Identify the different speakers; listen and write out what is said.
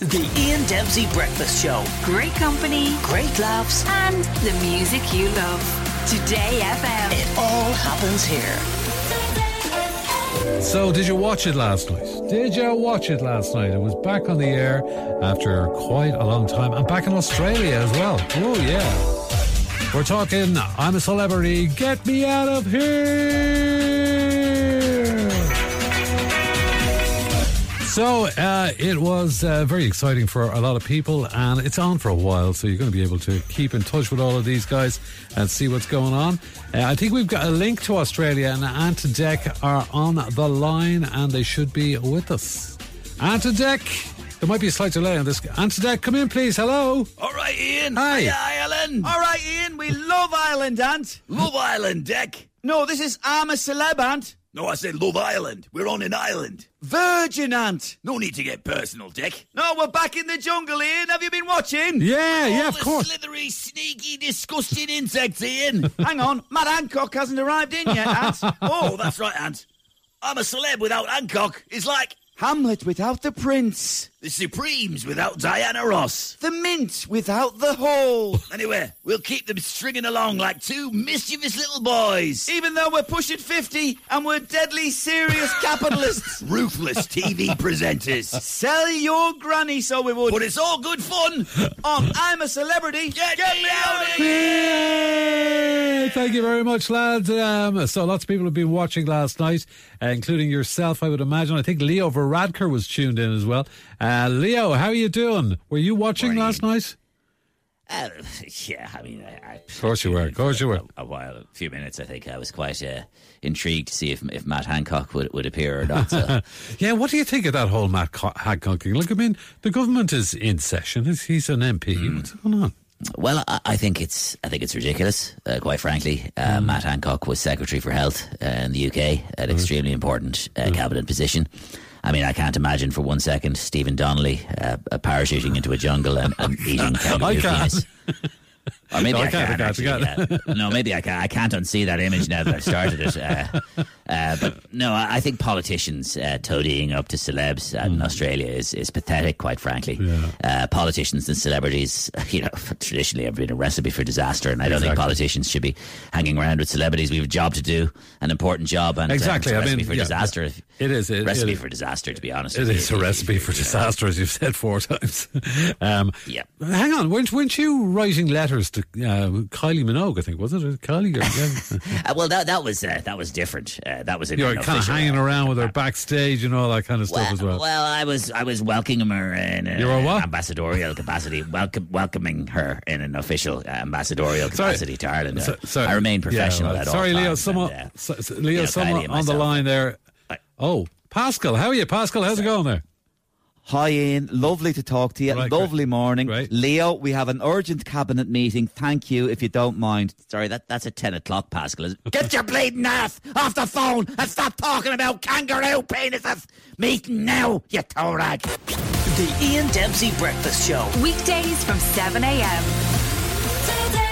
Speaker 1: The Ian Dempsey Breakfast Show.
Speaker 2: Great company
Speaker 1: Great laughs.
Speaker 2: and the music you love. Today FM.
Speaker 1: It all happens here.
Speaker 3: So, did you watch it last night? Did you watch it last night? It was back on the air after quite a long time and back in Australia as well. Oh, yeah. We're talking I'm a Celebrity, Get Me Out of Here. So, uh, it was uh, very exciting for a lot of people and it's on for a while, so you're going to be able to keep in touch with all of these guys and see what's going on. Uh, I think we've got a link to Australia and Ant Deck are on the line and they should be with us. Ant Deck, there might be a slight delay on this. Ant Deck, come in, please. Hello.
Speaker 4: All right, Ian.
Speaker 3: Hi.
Speaker 4: Hiya, Ireland.
Speaker 5: All right, Ian, we love Ireland, Ant.
Speaker 4: Love Island, Deck.
Speaker 5: No, this is I'm a Celeb, Ant.
Speaker 4: No, I said Love Island. We're on an island.
Speaker 5: Virgin, Ant.
Speaker 4: No need to get personal, Deck.
Speaker 5: No, we're back in the jungle, Ian. Have you been watching?
Speaker 3: Yeah, yeah,
Speaker 4: All
Speaker 3: of
Speaker 4: the
Speaker 3: course.
Speaker 4: Slithery, sneaky, disgusting insects, Ian.
Speaker 5: Hang on, Matt Hancock hasn't arrived in yet, Ant.
Speaker 4: oh,
Speaker 5: Oh,
Speaker 4: that's right, Ant. I'm a celeb without Hancock. It's like
Speaker 5: Hamlet without the prince.
Speaker 4: the Supremes without Diana Ross.
Speaker 5: The mint without the hole.
Speaker 4: Anyway, we'll keep them stringing along like two mischievous little boys.
Speaker 5: Even though we're pushing 50 and we're deadly serious capitalists.
Speaker 4: Ruthless TV presenters.
Speaker 5: Sell your granny so we would.
Speaker 4: But it's all good fun.
Speaker 5: On I'm a Celebrity.
Speaker 4: Get, me, out of here.
Speaker 3: Yay! Thank you very much, lads. Um, so, lots of people have been watching last night, uh, including yourself, I would imagine. I think Leo Varadkar was tuned in as well. Uh, Leo, how are you doing? Were you watching
Speaker 4: Morning.
Speaker 3: last night?
Speaker 4: Uh, yeah, I mean, I, I, of
Speaker 3: course you were, of course you were.
Speaker 4: A, a while, a few minutes, I think. I was quite uh, intrigued to see if if Matt Hancock would, would appear or not. So.
Speaker 3: Yeah, what do you think of that whole Matt Co- Hancock thing? Look, I mean, the government is in session. He's- He's an MP. What's going on?
Speaker 4: well, I, I think it's I think it's ridiculous, uh, quite frankly. Uh,
Speaker 3: Hmm.
Speaker 4: Matt Hancock was Secretary for Health uh, in the UK, an extremely important
Speaker 3: Hmm.
Speaker 4: uh, cabinet position. I mean, I can't imagine for one second Stephen Donnelly uh, uh, parachuting into a jungle and, and eating kangaroo
Speaker 3: I can't.
Speaker 4: penis. Or maybe
Speaker 3: No, I
Speaker 4: I,
Speaker 3: can't,
Speaker 4: can.
Speaker 3: I can't, I
Speaker 4: actually, yeah. no, maybe I can. I can't unsee that image now that I've started it. Uh, uh, but no, I, I think politicians uh, toadying up to celebs uh,
Speaker 3: Mm.
Speaker 4: in Australia is, is pathetic, quite frankly. Uh, politicians and celebrities, you know, traditionally have been a recipe for disaster, and I don't think
Speaker 3: Exactly.
Speaker 4: politicians should be hanging around with celebrities. We have a job to do, an important job, and uh,
Speaker 3: Exactly,
Speaker 4: it's a
Speaker 3: I mean,
Speaker 4: recipe for
Speaker 3: yeah,
Speaker 4: disaster.
Speaker 3: it is, it-
Speaker 4: recipe
Speaker 3: it-
Speaker 4: for disaster, to be honest.
Speaker 3: It
Speaker 4: with
Speaker 3: is
Speaker 4: you.
Speaker 3: a recipe for disaster, as you've said four times. Um,
Speaker 4: Yeah.
Speaker 3: Hang on, weren't, weren't you writing letters to uh, Kylie Minogue, I think, was it? Or Kylie? or- Yeah.
Speaker 4: Uh, well, that that was uh, that was different. Uh, that was in
Speaker 3: You're
Speaker 4: an
Speaker 3: kind of
Speaker 4: official-
Speaker 3: hanging around with her backstage and all that kind of stuff as well.
Speaker 4: I was I was welcoming her in an
Speaker 3: You were what?
Speaker 4: ambassadorial capacity, welcome, welcoming her in an official uh, ambassadorial
Speaker 3: Sorry.
Speaker 4: capacity to Ireland.
Speaker 3: So-
Speaker 4: Uh, I remain
Speaker 3: yeah,
Speaker 4: professional
Speaker 3: well,
Speaker 4: at
Speaker 3: Sorry,
Speaker 4: all
Speaker 3: Leo.
Speaker 4: times,
Speaker 3: Someone,
Speaker 4: and, uh,
Speaker 3: so- so- Leo,
Speaker 4: you know,
Speaker 3: someone
Speaker 4: Kylie and
Speaker 3: on the
Speaker 4: myself.
Speaker 3: line there. Oh, Pascal, how are you, Pascal? How's it going there?
Speaker 5: Hi, Ian. Lovely to talk to you.
Speaker 3: Right,
Speaker 5: Lovely
Speaker 3: great.
Speaker 5: morning.
Speaker 3: Great.
Speaker 5: Leo, we have an urgent cabinet meeting. Thank you, if you don't mind.
Speaker 4: sorry, that that's at ten o'clock, Pascal. is- uh, Get your bleeding ass off the phone and stop talking about kangaroo penises. Meeting now, you toe rag.
Speaker 1: The Ian Dempsey Breakfast Show.
Speaker 2: Weekdays from 7 a.m.